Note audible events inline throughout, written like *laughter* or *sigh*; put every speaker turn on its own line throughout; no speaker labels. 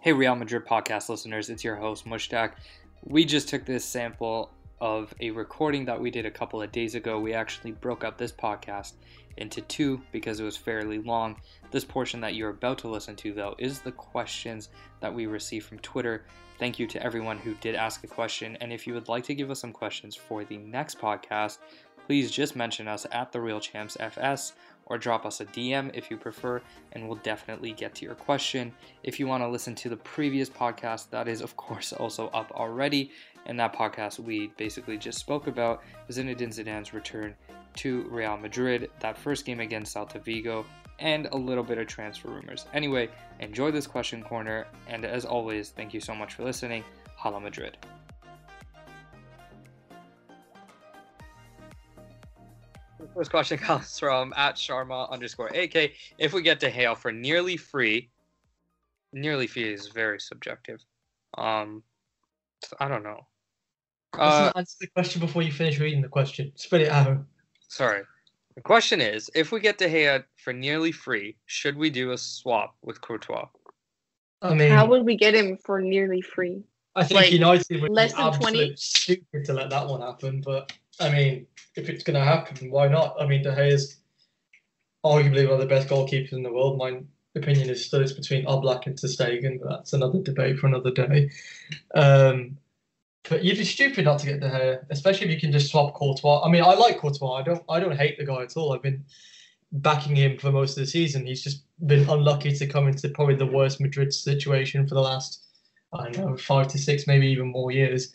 Hey, Real Madrid podcast listeners, it's your host, Mushtak. We just took this sample of a recording that we did a couple of days ago. We actually broke up this podcast into two because it was fairly long. This portion that you're about to listen to, though, is the questions that we received from Twitter. Thank you to everyone who did ask a question. And if you would like to give us some questions for the next podcast, please just mention us at the Real Champs FS or drop us a DM if you prefer, and we'll definitely get to your question. If you want to listen to the previous podcast, that is, of course, also up already. And that podcast we basically just spoke about Zinedine Zidane's return to Real Madrid, that first game against Celta Vigo, and a little bit of transfer rumors. Anyway, enjoy this question corner, and as always, thank you so much for listening. Hala Madrid. First question comes from at Sharma underscore AK. If we get to Hale for nearly free, nearly free is very subjective. Um, I don't know. Uh,
Listen, answer the question before you finish reading the question. Spit it out.
sorry. The question is, if we get De Gea for nearly free, should we do a swap with Courtois?
I mean,
How would we get him for nearly free?
I think
like,
United would
less
be
than 20?
absolute stupid to let that one happen. But I mean, if it's going to happen, why not? I mean, De Gea's arguably one of the best goalkeepers in the world. My opinion is still it's between Oblak and Ter Stegen, but that's another debate for another day. Um, but you'd be stupid not to get De Gea, especially if you can just swap Courtois. I mean, I like Courtois. I don't. I don't hate the guy at all. I've been backing him for most of the season. He's just been unlucky to come into probably the worst Madrid situation for the last, I don't know, five to six, maybe even more years.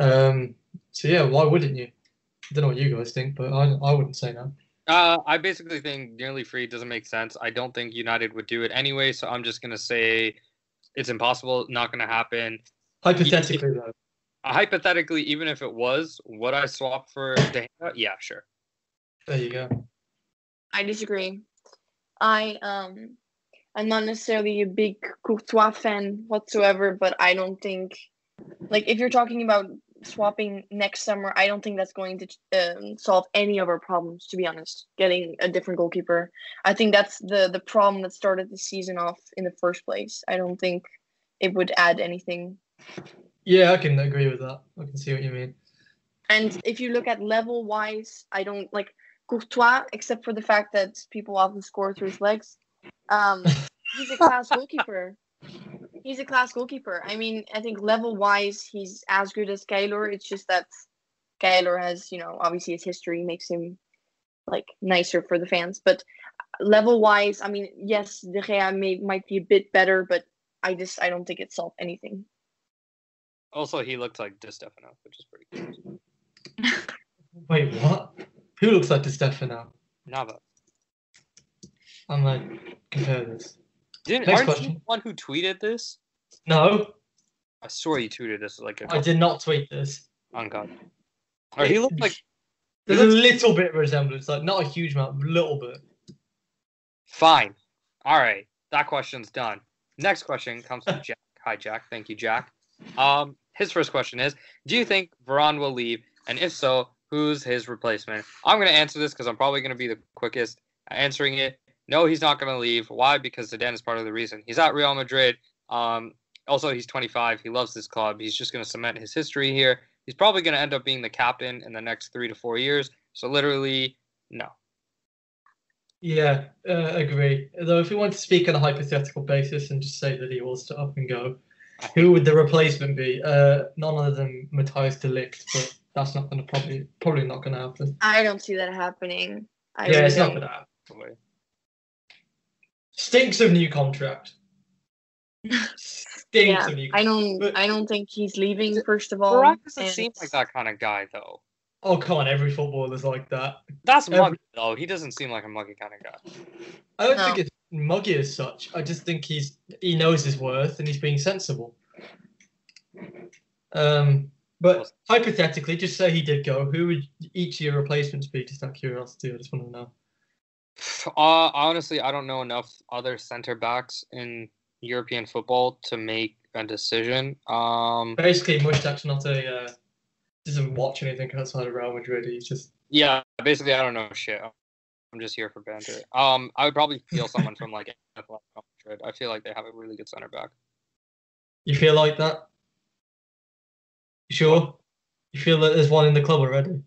Um, so yeah, why wouldn't you? I don't know what you guys think, but I, I wouldn't say no.
Uh, I basically think nearly free doesn't make sense. I don't think United would do it anyway, so I'm just gonna say it's impossible, not gonna happen. Uh,
Hypothetically though,
Hypothetically, even if it was, would I swap for De Gea? Yeah, sure.
there you go.
I disagree. I um I'm not necessarily a big Courtois fan whatsoever, but I don't think like if you're talking about swapping next summer, I don't think that's going to um, solve any of our problems. To be honest, getting a different goalkeeper, I think that's the the problem that started the season off in the first place. I don't think it would add anything
Yeah, I can agree with that. I can see what you mean.
And if you look at level wise, I don't like Courtois, except for the fact that people often score through his legs. Um, he's a class goalkeeper. He's a class goalkeeper. I mean, I think level wise, he's as good as Kaylor. It's just that Kaylor has, you know, obviously his history makes him like nicer for the fans. But level wise, I mean, yes, De Gea may, might be a bit better, but I just I don't think it solved anything.
Also, he looked like Di Stefano, which is pretty cool.
Wait, what? Who looks like Di Stefano?
Nava.
I'm like, compare this.
Didn't
Next
aren't you
question.
the one who tweeted this?
No,
I swear you tweeted this like a
I did not tweet this.
on God. Or he looked like
There's a little bit of resemblance, like not a huge amount, a little bit.
Fine. All right. That question's done. Next question comes from Jack. Hi, Jack. Thank you, Jack. Um, his first question is Do you think Veron will leave? And if so, who's his replacement? I'm going to answer this because I'm probably going to be the quickest at answering it. No, he's not going to leave. Why? Because Zidane is part of the reason. He's at Real Madrid. Um, also, he's 25. He loves this club. He's just going to cement his history here. He's probably going to end up being the captain in the next three to four years. So, literally, no.
Yeah, uh, agree. Though, if we want to speak on a hypothetical basis and just say that he was to up and go, who would the replacement be? Uh, none other than Matthias Delict, but that's not going to probably probably not going to happen.
I don't see that happening. I
yeah,
really
it's not
don't.
going to happen. Stinks of new contract.
*laughs*
Stinks
Yeah,
of new.
*laughs*
I don't.
But-
I don't think he's leaving. First of all,
Veron doesn't
and-
seem like that kind of guy, though.
Oh come on, every footballer's like that.
That's
Every-
muggy though. He doesn't seem like a muggy kind of guy.
I don't
No.
think it's muggy as such. I just think he's he knows his worth and he's being sensible. Um, but hypothetically, just say he did go, who would each of your replacements be? Just out of curiosity, I just want to know.
*sighs* Uh, honestly, I don't know enough other center backs in European football to make a decision. Um,
Basically, Mushtak's not a uh, doesn't watch anything outside of Real Madrid. He's just
yeah, basically, I don't know shit. I'm just here for *laughs* banter. Um, I would probably feel someone from like Atletico Madrid. I feel like they have a really good center back.
You feel like that? You sure? You feel that there's one in the club already?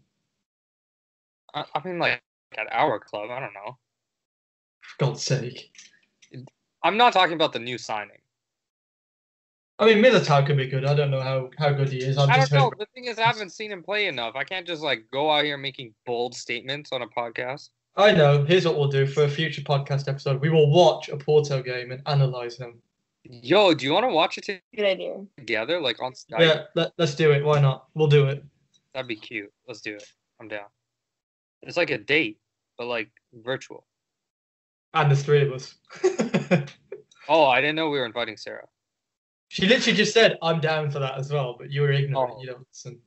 I, I mean, like at our club, I don't know.
For God's sake.
I'm not talking about the new signing.
I mean, Militao could be good. I don't know how, how good he is. I've
I
just
don't know.
heard.
The thing is, I haven't seen him play enough. I can't just like go out here making bold statements on a podcast.
I know. Here's what we'll do for a future podcast episode. We will watch a Porto game and analyze them.
Yo, do you want to watch it
Good idea.
together, like on Skype?
Yeah, let, let's do it. Why not? We'll do it.
That'd be cute. Let's do it. I'm down. It's like a date, but like virtual.
And there's three of *laughs* us.
Oh, I didn't know we were inviting Sarah.
she literally just said, "I'm down for that as well," but you were ignorant.
Oh.
You don't listen.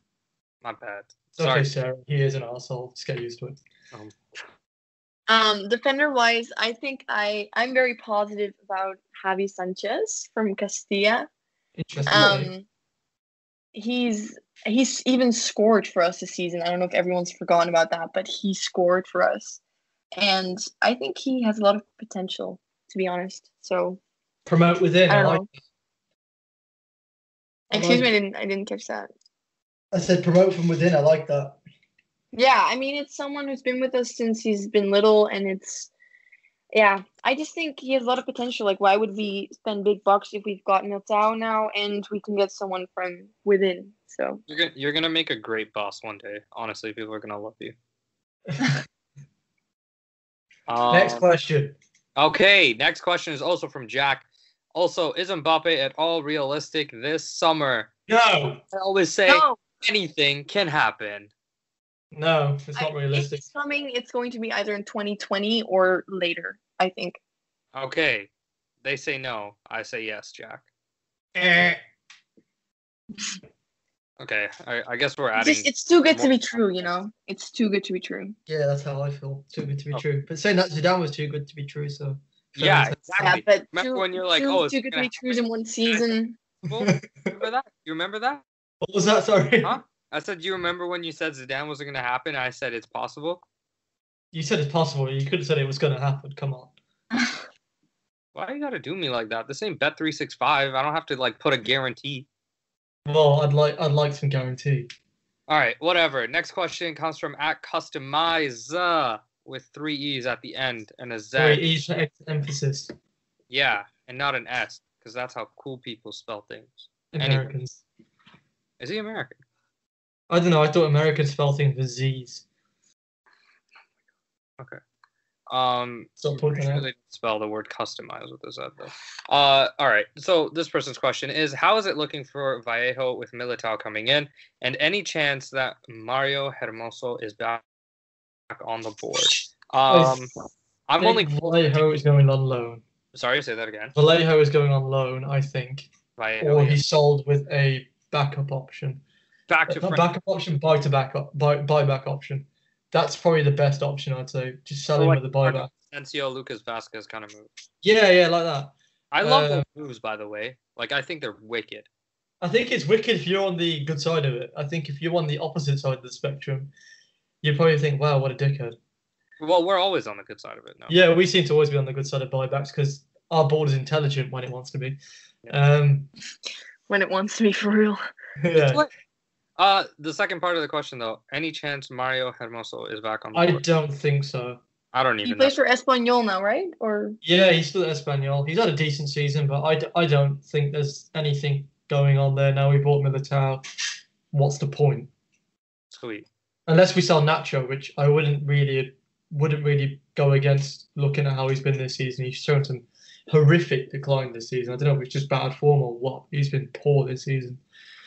My bad.
It's okay,
Sorry.
Sarah. He is an asshole. Just get used to it.
Um, defender wise, I think I I'm very positive about Javi Sanchez from Castilla.
Interesting.
Um, he's he's even scored for us this season. I don't know if everyone's forgotten about that, but he scored for us, and I think he has a lot of potential. To be honest, so
Promote within.
I
I
don't
like
know.
I
Excuse
like-
me, I didn't I didn't catch that.
I said promote from within. I like that.
Yeah, I mean, it's someone who's been with us since he's been little, and it's, yeah, I just think he has a lot of potential. Like, why would we spend big bucks if we've got Miltao now and we can get someone from within? So,
You're gonna, you're gonna make a great boss one day. Honestly, people are gonna love
*laughs*
you. Um,
Next question.
Okay, next question is also from Jack. Also, is Mbappe at all realistic this summer?
No,
I always say
no,
anything can happen.
no, it's
I-
not realistic.
It's coming. It's going to be either in 2020 or later. I think.
Okay, they say no. I say yes, Jack.
Eh.
Okay, I, I guess we're
It's
adding.
just, it's too good to be true. You know, it's too good to be true.
Yeah, that's how I feel. Too good to be
Oh.
true. But saying that Zidane was too good to be true, so
yeah,
Yeah,
Yeah,
exactly.
but
Remember
too,
when you're like,
too,
oh, it's
too good to
gonna
be true in one season.
happen? remember that? You remember that?
what was that? *laughs* Sorry,
Huh? I said, you remember when you said Zidane wasn't going to happen? I said it's possible.
you said it's possible. You could have said it was going to happen. Come on.
Why you got to do me like that? This ain't bet three six five. I don't have to like put a guarantee.
Well, I'd like I'd like some guarantee.
All right, whatever. Next question comes from at customizer with three e's at the end and a z.
Sorry, each ex- emphasis.
Yeah, and not an s because that's how cool people spell things. Anyway.
Americans.
Is he American?
I don't know. I thought Americans spell things with Z's.
Um,
Stop
I'm pretty
poking
sure
out.
they didn't spell the word customize with this ad though. Uh, all right. So this person's question is: How is it looking for Vallejo with Militao coming in, and any chance that Mario Hermoso is back back on the board? Um, I'm only
Vallejo is going on loan.
sorry. Say that again.
Vallejo is going on loan, I think,
Vallejo
or
yeah.
he's sold with a backup option.
back
Uh,
to
Not
Fran-
backup option, buy to backup, buy buyback option. That's probably the best option, I'd say. Just sell
Or
him
like
with a buyback.
Asensio, Lucas Vasquez kind of move.
Yeah, yeah, like that.
I love
Uh,
those moves, by the way. Like I think they're wicked.
I think it's wicked if you're on the good side of it. I think if you're on the opposite side of the spectrum, you probably think, "Wow, what a dickhead."
Well, we're always on the good side of it now.
Yeah, we seem to always be on the good side of buybacks because our board is intelligent when it wants to be.
Yeah.
Um,
*laughs*
When it wants to be for real.
yeah.
What- Uh, the second part of the question though: Any chance Mario Hermoso is back on the
I
board?
don't think so.
I don't
He
even. know.
plays for Espanyol now, right? Or
Yeah, he's still at Espanyol. He's had a decent season, but I, d- I don't think there's anything going on there now. We bought Militao. What's the point?
Sweet.
Unless we sell Nacho, which I wouldn't really wouldn't really go against looking at how he's been this season. He's shown some horrific decline this season. I don't know if it's just bad form or what. He's been poor this season.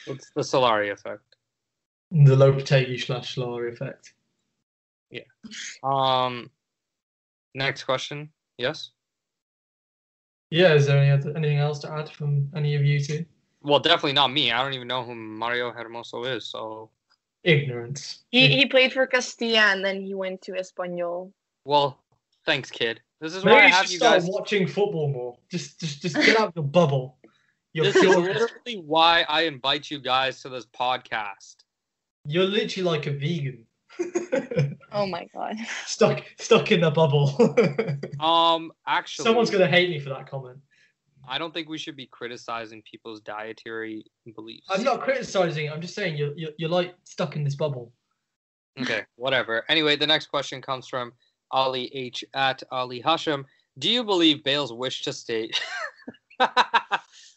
It's the Solari effect.
The Lopetegui slash Solari effect.
Um, next question. Yes.
Yeah, is there any other, anything else to add from any of you two?
Well, definitely not me. I don't even know who Mario Hermoso is. So, Mm.
Ignorance.
he, he played for Castilla and then he went to Espanyol.
well, thanks, kid. This is
Maybe
why I
you
have
should
you
start
guys.
watching football more. Just, just, just get out of
*laughs*
your bubble. You're,
This is
pure-
literally why I invite you guys to this podcast.
you're literally like a vegan, *laughs*
Oh my god.
stuck, stuck in the bubble. *laughs*
Um, actually,
Someone's gonna hate me for that comment.
I don't think we should be criticizing people's dietary beliefs.
I'm not criticizing. I'm just saying you're, you're, you're like stuck in this bubble.
Okay, whatever. Anyway, the next question comes from Ali H at Ali Hashem. Do you believe Bale's wish to stay? *laughs*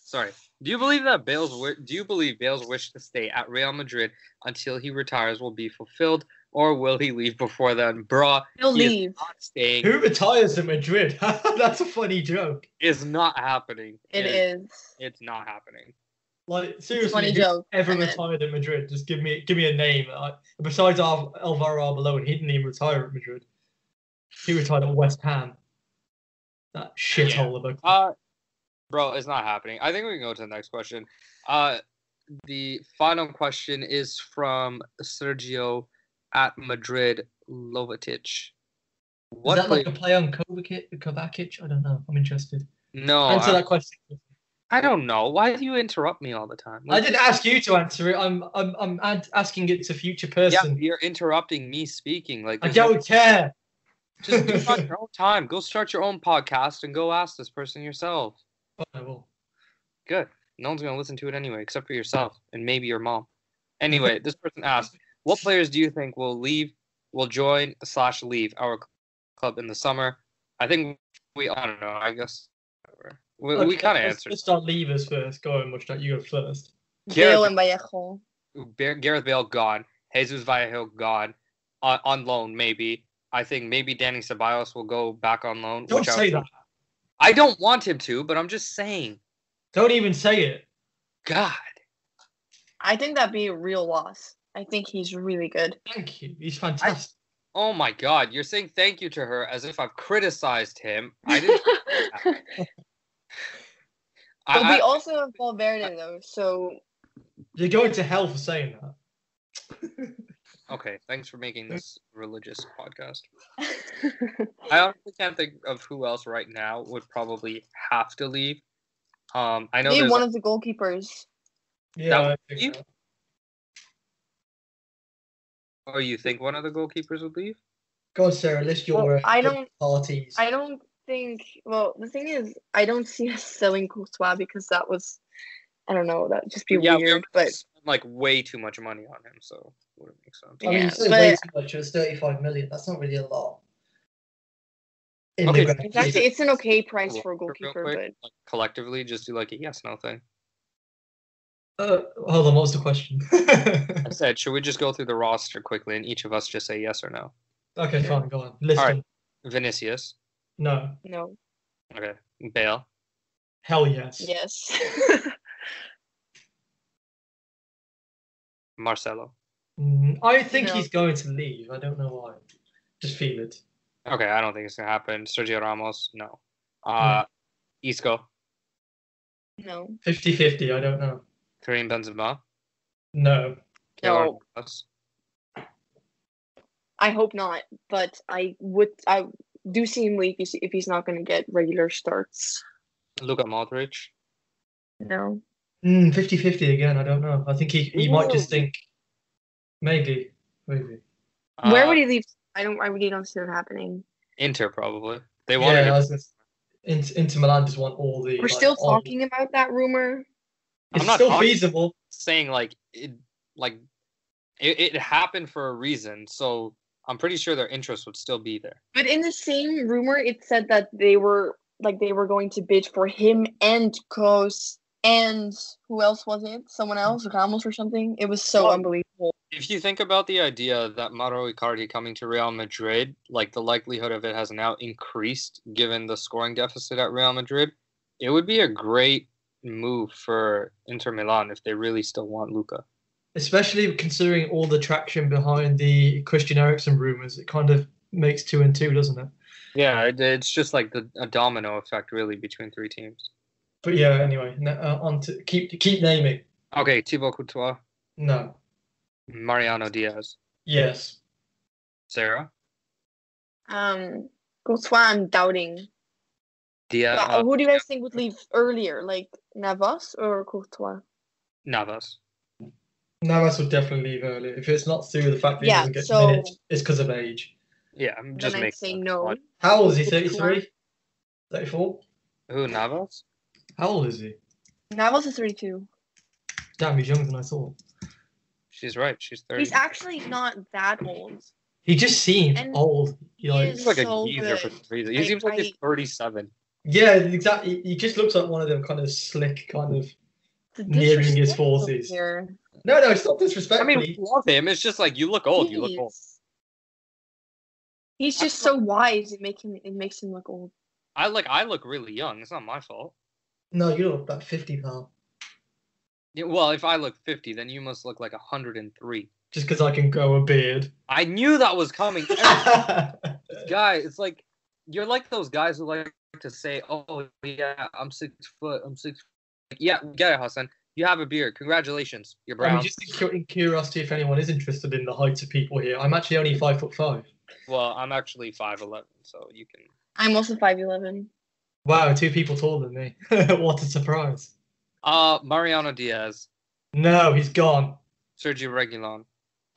Sorry. Do you believe that Bale's wi- do you believe Bale's wish to stay at Real Madrid until he retires will be fulfilled, or will he leave before then? Bra
He'll
he is
leave.
not staying
Who retires in Madrid? *laughs* That's a funny joke.
is not happening.
It is.
It's not happening.
Like seriously,
funny
who
joke,
ever
isn't it?
retired at Madrid? Just give me give me a name. I, besides Al- Alvaro Arbeloa, he didn't even retire at Madrid. He retired at West Ham. That shithole of a
Uh,
club.
bro, it's not happening. I think we can go to the next question. Uh, the final question is from Sergio at Madrid Lovatic. What
Is that
play-
like a play on Kovacic? Kovacic? I don't know. I'm interested.
no,
Answer
Oh, I,
that question.
I don't know. Why do you interrupt me all the time?
I didn't ask you to answer it. I'm I'm I'm ad- asking it to future
Yeah,
person.
you're interrupting me speaking. Like
I
there's no-
don't care.
just do it
*laughs*
on your own time. Go start your own podcast and go ask this person yourself.
I will.
Good. No one's going to listen to it anyway, except for yourself and maybe your mom. Anyway, this person asked, "What players do you think will leave, will join slash leave our cl- club in the summer?" I think we. I don't know. I guess whatever. we, we
Okay,
kind of
let's-
answered.
Let's start leavers first. Go on, Mushtak. You go first.
Bale and Vallejo.
Bar- Gareth Bale gone, Jesus Vallejo gone, on, on loan maybe. I think maybe Danny Ceballos will go back on loan.
Don't
which I
say
would-
that.
I don't want him to, but I'm just saying.
Don't even say it.
God,
I think that'd be a real loss. I think he's really *laughs* good.
Thank you. He's fantastic.
oh my God, you're saying thank you to her as if I've criticized him. I
*laughs*
didn't.
but
I,
we
I-
also have Valverde though, so
*laughs*
You're going to hell for saying that.
okay, thanks for making this religious podcast. I honestly can't think of who else right now would probably have to leave. Um, I know
maybe
there's
one of the goalkeepers.
Yeah. I think
you-
so.
Oh, you think one of the goalkeepers would leave?
Go on, Sarah. List your
Well,
uh,
I don't-
parties.
I don't think. Well, the thing is, I don't see us selling Courtois because that was, I don't know, that'd just be
we
weird.
already
But
spent, like way too much money on him, so it wouldn't make sense.
I mean,
yeah,
you said
but-
way too much. It was 35 million. That's not really a lot. In
Okay,
the grand
it's actually
scheme.
it's an okay price for a
Real
goalkeeper.
quick,
But
like, collectively, just do like a yes no thing.
Uh, hold on. What was the *laughs* question?
I said, should we just go through the roster quickly and each of us just say yes or no?
okay, fine. Go on. List
All right.
them.
Vinicius,
No.
no,
okay, Bale,
Hell yes.
yes, *laughs*
Marcelo.
Mm, I think
No.
he's going to leave. I don't know why. Just feel it.
Okay, I don't think it's gonna happen. Sergio Ramos, no.
Hmm.
Uh, Isco,
no,
50 50. I don't know.
Karim Benzema,
No.
Keylor
No.
Navas.
I hope not. But I would. I do see him leave if he's- if he's not going to get regular starts.
Luka Modric.
No,
50 50 Hmm, again. I don't know. I think he, he might just think maybe. Maybe.
where
Uh,
would he leave? I don't. I really don't see that happening.
Inter probably. They wanted
Yeah, I
him.
was gonna say, Inter, Inter Milan just want all the.
We're
like,
um,
still
all-
talking about that rumor.
I'm
It's
not
still
talking-
feasible.
saying like it like it, it happened for a reason so i'm pretty sure their interest would still be there
But in the same rumor, it said that they were like they were going to bid for him and Kos and who else was it? Someone else, Ramos or something. It was so
Well-
unbelievable.
if you think about the idea that Mauro Icardi coming to Real Madrid, like the likelihood of it has now increased given the scoring deficit at Real Madrid, it would be a great move for Inter Milan if they really still want Luca.
especially considering all the traction behind the Christian Eriksen rumors. It kind of makes two and two, doesn't it?
Yeah, it, it's just like the a domino effect really between three teams.
But yeah, anyway, no, uh, on to keep keep naming.
Okay, Thibaut Courtois,
No.
Mariano Diaz,
Yes.
Sarah,
Um, that's why I'm doubting.
Diaz,
But
uh,
who do you guys think would leave earlier, like Navas or Courtois?
Navas.
Navas would definitely leave early. If it's not through the fact that
Yeah,
he doesn't get
so-
minutes, it's because of age.
Yeah, I'm
Then
just
I'd
making
say
up.
no.
How old is he?
Courtois.
33? 34?
Who Navas?
How old is he?
Navas is 32.
Damn, he's younger than I thought.
She's right. She's 30.
He's actually not that old.
He just seems
And
old. You know,
he
He's like
so
a geezer for
good.
some reason. He
I-
seems like he's
I-
37.
yeah, exactly. He just looks like one of them kind of slick kind of.
The
Nearing his
disrespect over
40s.
here.
No, no, it's not
I
disrespectful.
mean, we love him. It's just like you look old. You look old.
Jeez. He's just so wise. It make him. It makes him look old.
I like. I look really young. It's not my fault.
no, you look about fifty now.
Yeah, well, if I look 50, then you must look like 103.
Just because I can grow
*laughs*
a beard.
I knew that was coming.
*laughs*
Every
yeah,
guy, it's like you're like those guys who like to say, "Oh yeah, I'm six foot. I'm six. Like, yeah, we get it, Hassan. You have a beard. Congratulations. You're
I
brown."
mean, just in cu- in curiosity, if anyone is interested in the heights of people here, I'm actually only five foot five.
Well, I'm actually 5'11, so you can.
I'm also five eleven.
Wow, two people taller than me. *laughs* what a surprise.
Uh, Mariano Diaz,
No, he's gone.
Sergio Regulon.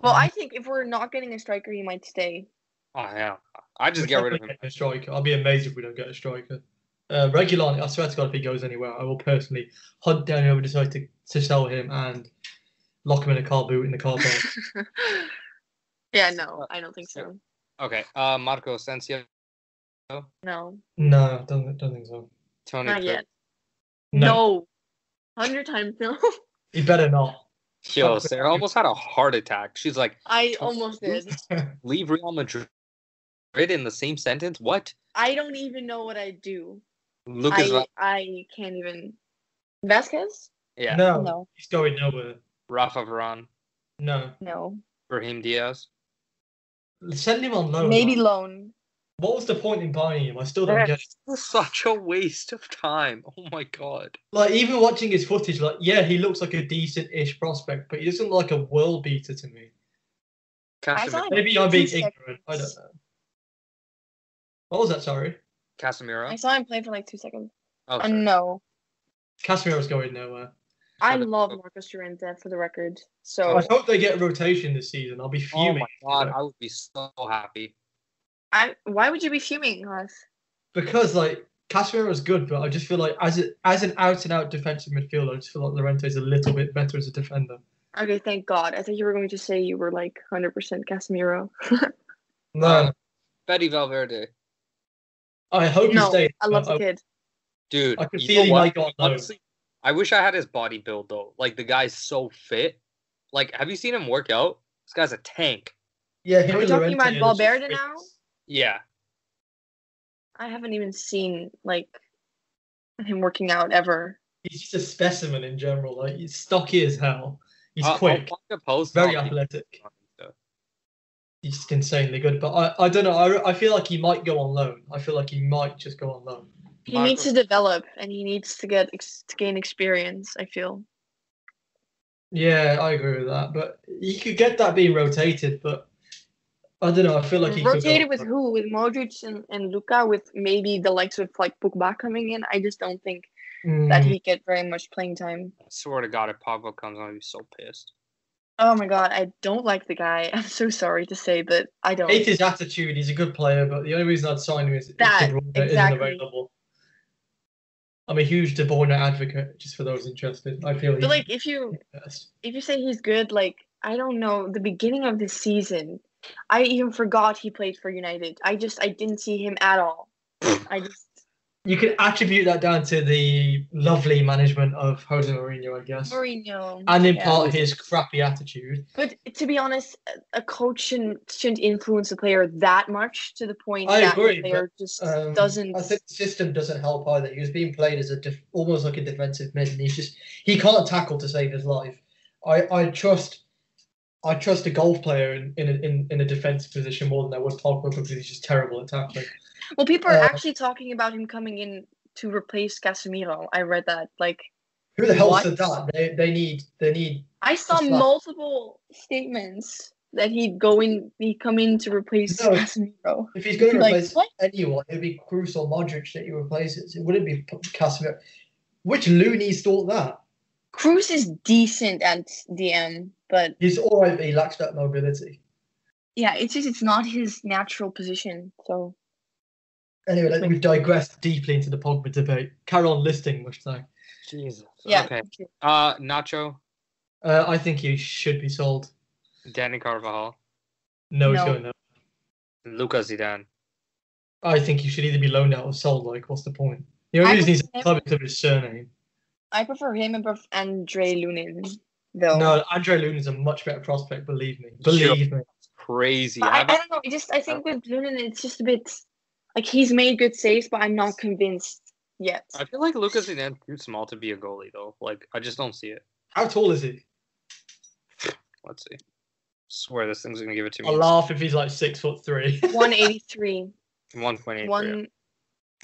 Well,
Mhm.
I think if we're not getting a striker, he might stay.
Oh yeah, I just
We're
get rid of *laughs*
definitely
him.
getting A striker. I'll be amazed if we don't get a striker. Uh, Regulon, I swear to God, if he goes anywhere, I will personally hunt down whoever decides to, to sell him and lock him in a car boot in the car
*laughs*
park.
*sighs* yeah, no, I don't think so.
Okay, uh, Marco Asensio,
No,
no, don't, don't think so.
Tony.
not
Cruz.
yet. No, hundred times no. *laughs*
He better not.
Yo, Sarah almost had a heart attack. She's like,
I almost did.
"Leave Real Madrid in the same sentence." What?
I don't even know what I do.
Lucas.
I
Va-
I can't even. Vasquez?
yeah.
No,
No,
he's going nowhere.
Rafa Varane,
No.
no.
Brahim Diaz.
Send him on loan.
Maybe loan.
What was the point in buying him? I still don't get it.
This is such a waste of time. Oh my god.
Like, even watching his footage, like, yeah, he looks like a decent ish prospect, but he doesn't look like a world beater to me.
I saw
Casemiro.
him-
Maybe I'm being
Two seconds.
ignorant. I don't know. What was that? Sorry.
I
Casemiro.
saw him play for like two seconds.
Oh,
Uh,
sorry.
no.
Casemiro's going nowhere.
I
Shut up.
love Marcos Llorente for the record.
Oh, I
So
hope they get a rotation this season. I'll be
Oh
fuming
my god, I would be so happy.
I why would you be fuming, Les?
because like Casemiro's good, but I just feel like as a, as an out and out defensive midfielder, I just feel like Llorente's a little bit better as a defender.
Okay, thank God. I thought you were going to say you were like 100% Casemiro.
No,
Betty Valverde.
Um, I hope he
No,
stays. Uh,
I love
but
the kid.
Dude,
I could
you
feel
know
he
what?
might go on
Honestly, I wish I had his body build though. Like the guy's so fit. Like, have you seen him work out? This guy's a tank.
Yeah, him
Are we
and
talking
Llorente
about
are just
Valverde
freaks.
now?
Yeah.
I haven't even seen like him working out ever.
He's just a specimen in general. Like he's stocky as hell. He's
Uh, I'll- I'll
quick,
find a post
very
on the-
athletic. He's just insanely good. But I, I don't know. I, I feel like he might go on loan. I feel like he might just go on loan.
He needs to develop and he needs to get ex- to gain experience, I feel.
Yeah, I agree with that. But you could get that being rotated, but I don't know. I feel like he
Rotated
could
with
go-
who? With Modric and, and Luca, with maybe the likes of like Pogba coming in. I just don't think
Mm,
that he get very much playing time.
I swear to god, if Pablo comes on, I'd be so pissed.
Oh my god, I don't like the guy. *laughs* I'm so sorry to say, but I don't.
hate Hmm. his attitude. He's a good player, but the only reason I'd sign him is
That,
if De Bruyne isn't
exactly.
available. I'm a huge De Bruyne advocate, just for those interested. I feel he's
But like, if you
the best.
if you say he's good, like I don't know, the beginning of the season, I even forgot he played for United. I just I didn't see him
*laughs*
at all. I just
You can attribute that down to the lovely management of Jose Mourinho, I guess,
Mourinho.
and in
yeah.
part his crappy attitude.
But to be honest, a- a coach shouldn't, shouldn't influence a player that much to the point
I
that
agree,
the player just
Um,
doesn't.
I think the system doesn't help either. He was being played as a def- almost like a defensive mid, and he's just he can't tackle to save his life. I, I trust I trust a golf player in in a, in, in a defensive position more than I would Pogba because he's just terrible at tackling.
Well, people are
uh,
actually talking about him coming in to replace Casemiro. I read that like.
Who the hell
What?
said that? They they need they need
I saw
It's not-
multiple statements that he'd go in, he'd come in to replace
No.
Casemiro.
if he's going to
Like,
replace
what?
anyone, it'd be Cruz or Modric that he replaces. It wouldn't be P- Casemiro. Which loonies thought that?
Cruz is decent at DM, but
He's all right, but he lacks that mobility.
yeah, it's just it's not his natural position. So
Anyway, like, we've digressed deeply into the Pogba debate. Carry on listing Mushtaq.
Jesus.
Yeah.
Okay. Uh, Nacho,
Uh, I think he should be sold.
Danny Carvajal,
No, he's
No.
going there.
Luca Zidane.
I think he should either be loaned out or sold. Like, what's the point? The only
I
reason he's
would
at the club is because of his surname.
I prefer him above Andre Lunin, though.
No, Andre Lune is a much better prospect. Believe me. Believe me.
Crazy.
But Oh. I, I
haven't-
don't know. I just I think with Lunin, it's just a bit like he's made good saves, but I'm not convinced yet.
I feel like Lucas Zidane's too small to be a goalie though. Like I just don't see it.
How tall is he?
Let's see. Swear this thing's gonna give it to me.
I'll laugh if he's like six foot three. *laughs*
*laughs* 183,
One point eight.
one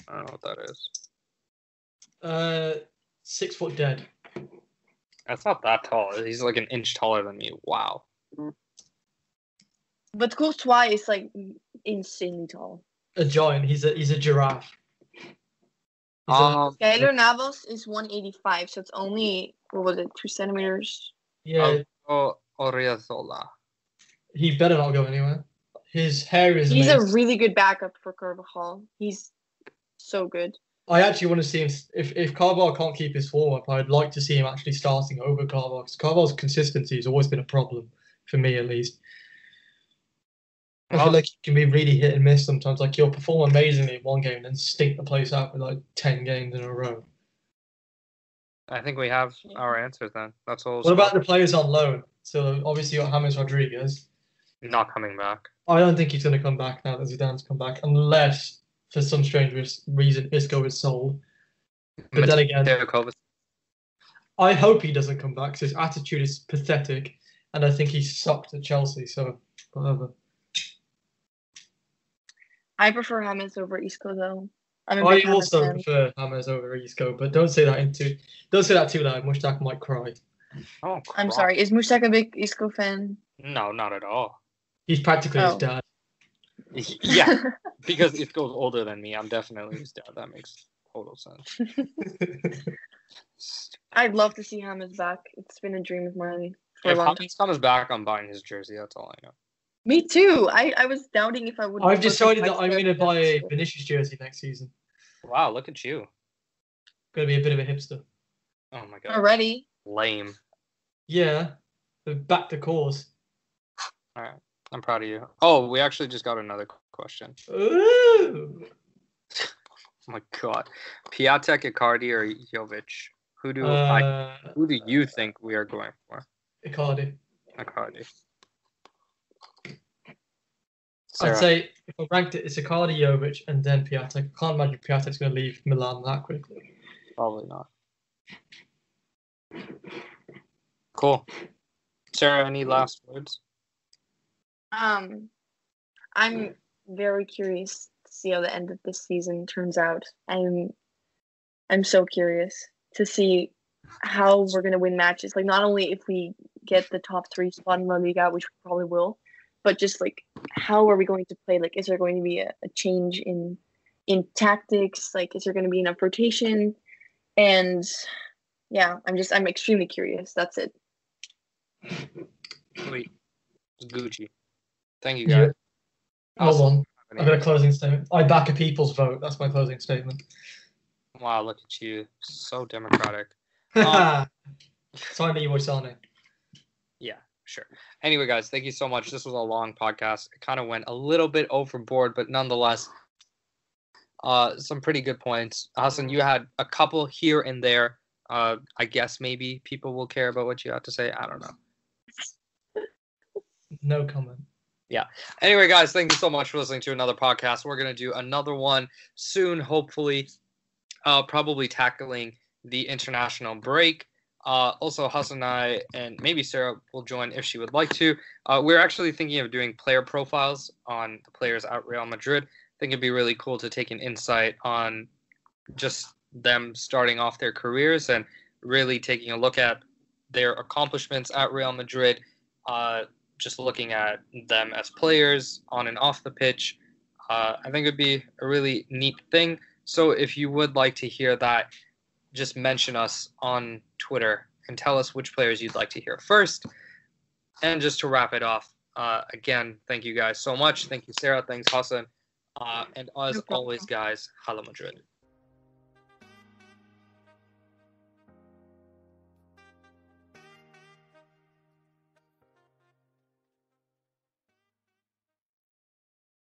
I don't know what that is.
Uh, six foot dead.
That's not that tall. He's like an inch taller than me. Wow.
But Courtois is like insanely tall.
A giant. He's a he's a giraffe. He's a-
Um,
Taylor Navas is 185, so it's only what was it, two centimeters?
yeah,
oh, Oriazola.
he better not go anywhere. His hair is.
He's a
amazing.
really good backup for Carvajal. He's so good.
I actually want to see him. If if Carval can't keep his form up, I'd like to see him actually starting over Carval because Carval's consistency has always been a problem for me, at least. I feel
Well-
like he can be really hit and miss sometimes. Like he'll perform amazingly in one game and then stink the place out with like ten games in a row.
I think we have our answers then. That's all.
What about the players on loan? So obviously you got James Rodriguez.
not coming back?
I don't think he's going to come back now that Zidane's come back, unless for some strange res- reason Isco is sold. But then again,
Mateo Kovacic.
I hope he doesn't come back 'cause his attitude is pathetic, and I think he sucked at Chelsea. So whatever.
I prefer Hammers over Isco though. I'm a
I
big Hammers
Oh, also
fan.
prefer Hammers over Isco, but don't say that into don't say that too loud. Mushtak might cry.
Oh,
I'm
crap.
sorry. Is Mushak a big Isco fan?
No, not at
*laughs*
all.
He's practically his
Oh.
dad.
yeah, because it goes older than me. I'm definitely his dad. That makes total sense.
*laughs* I'd love to see Hammers back. It's been a dream of mine for
if
a long time.
Hopkins comes back, I'm buying his jersey. That's all I know.
Me too. I, I was doubting if I would.
I've decided that I'm going to buy a Vinicius jersey next season.
Wow, look at you.
Going to be a bit of a hipster.
Oh my god,
already.
lame.
Yeah, but back to cause.
All right, I'm proud of you. Oh, we actually just got another question.
Ooh.
Oh my god, Piatek, Icardi, or Jovic? Who do I,
Uh,
who do you think we are going for?
Icardi.
Icardi.
I'd
Sarah,
say if I ranked it, it's Icardi, Jovic, and then Piatek. I can't imagine Piatek's going to leave Milan that quickly.
probably not. Cool. Sarah, any last words?
Um, I'm very curious to see how the end of this season turns out. I'm, I'm so curious to see how we're gonna win matches. Like not only if we get the top three spot in La Liga, which we probably will, but just like how are we going to play? Like, is there going to be a, a change in in tactics? Like, is there going to be enough rotation? And yeah, I'm just I'm extremely curious. That's it.
Wait, Gucci. Thank you
Yeah.
guys.
Hold on.
Any-
I've got a closing statement. I back a people's vote. That's my closing statement.
Wow, look at you. So democratic.
Sign me, Moisane.
Yeah, sure. Anyway, guys, thank you so much. This was a long podcast. It kind of went a little bit overboard, but nonetheless, uh, some pretty good points. Hassan, you had a couple here and there. Uh, I guess maybe people will care about what you have to say. I don't know.
No comment.
Anyway, guys, thank you so much for listening to another podcast. We're going to do another one soon, hopefully, uh, probably tackling the international break. Uh, also, Hassan and I, and maybe Sarah will join if she would like to. Uh, we're actually thinking of doing player profiles on the players at Real Madrid. I think it'd be really cool to take an insight on just them starting off their careers and really taking a look at their accomplishments at Real Madrid. Uh, just looking at them as players on and off the pitch. Uh, I think it'd be a really neat thing. So if you would like to hear that, just mention us on Twitter and tell us which players you'd like to hear first. And just to wrap it off, uh, again, thank you guys so much. Thank you, Sarah. Thanks, Hassan. Uh, and as
No problem.
always, guys, Hala Madrid.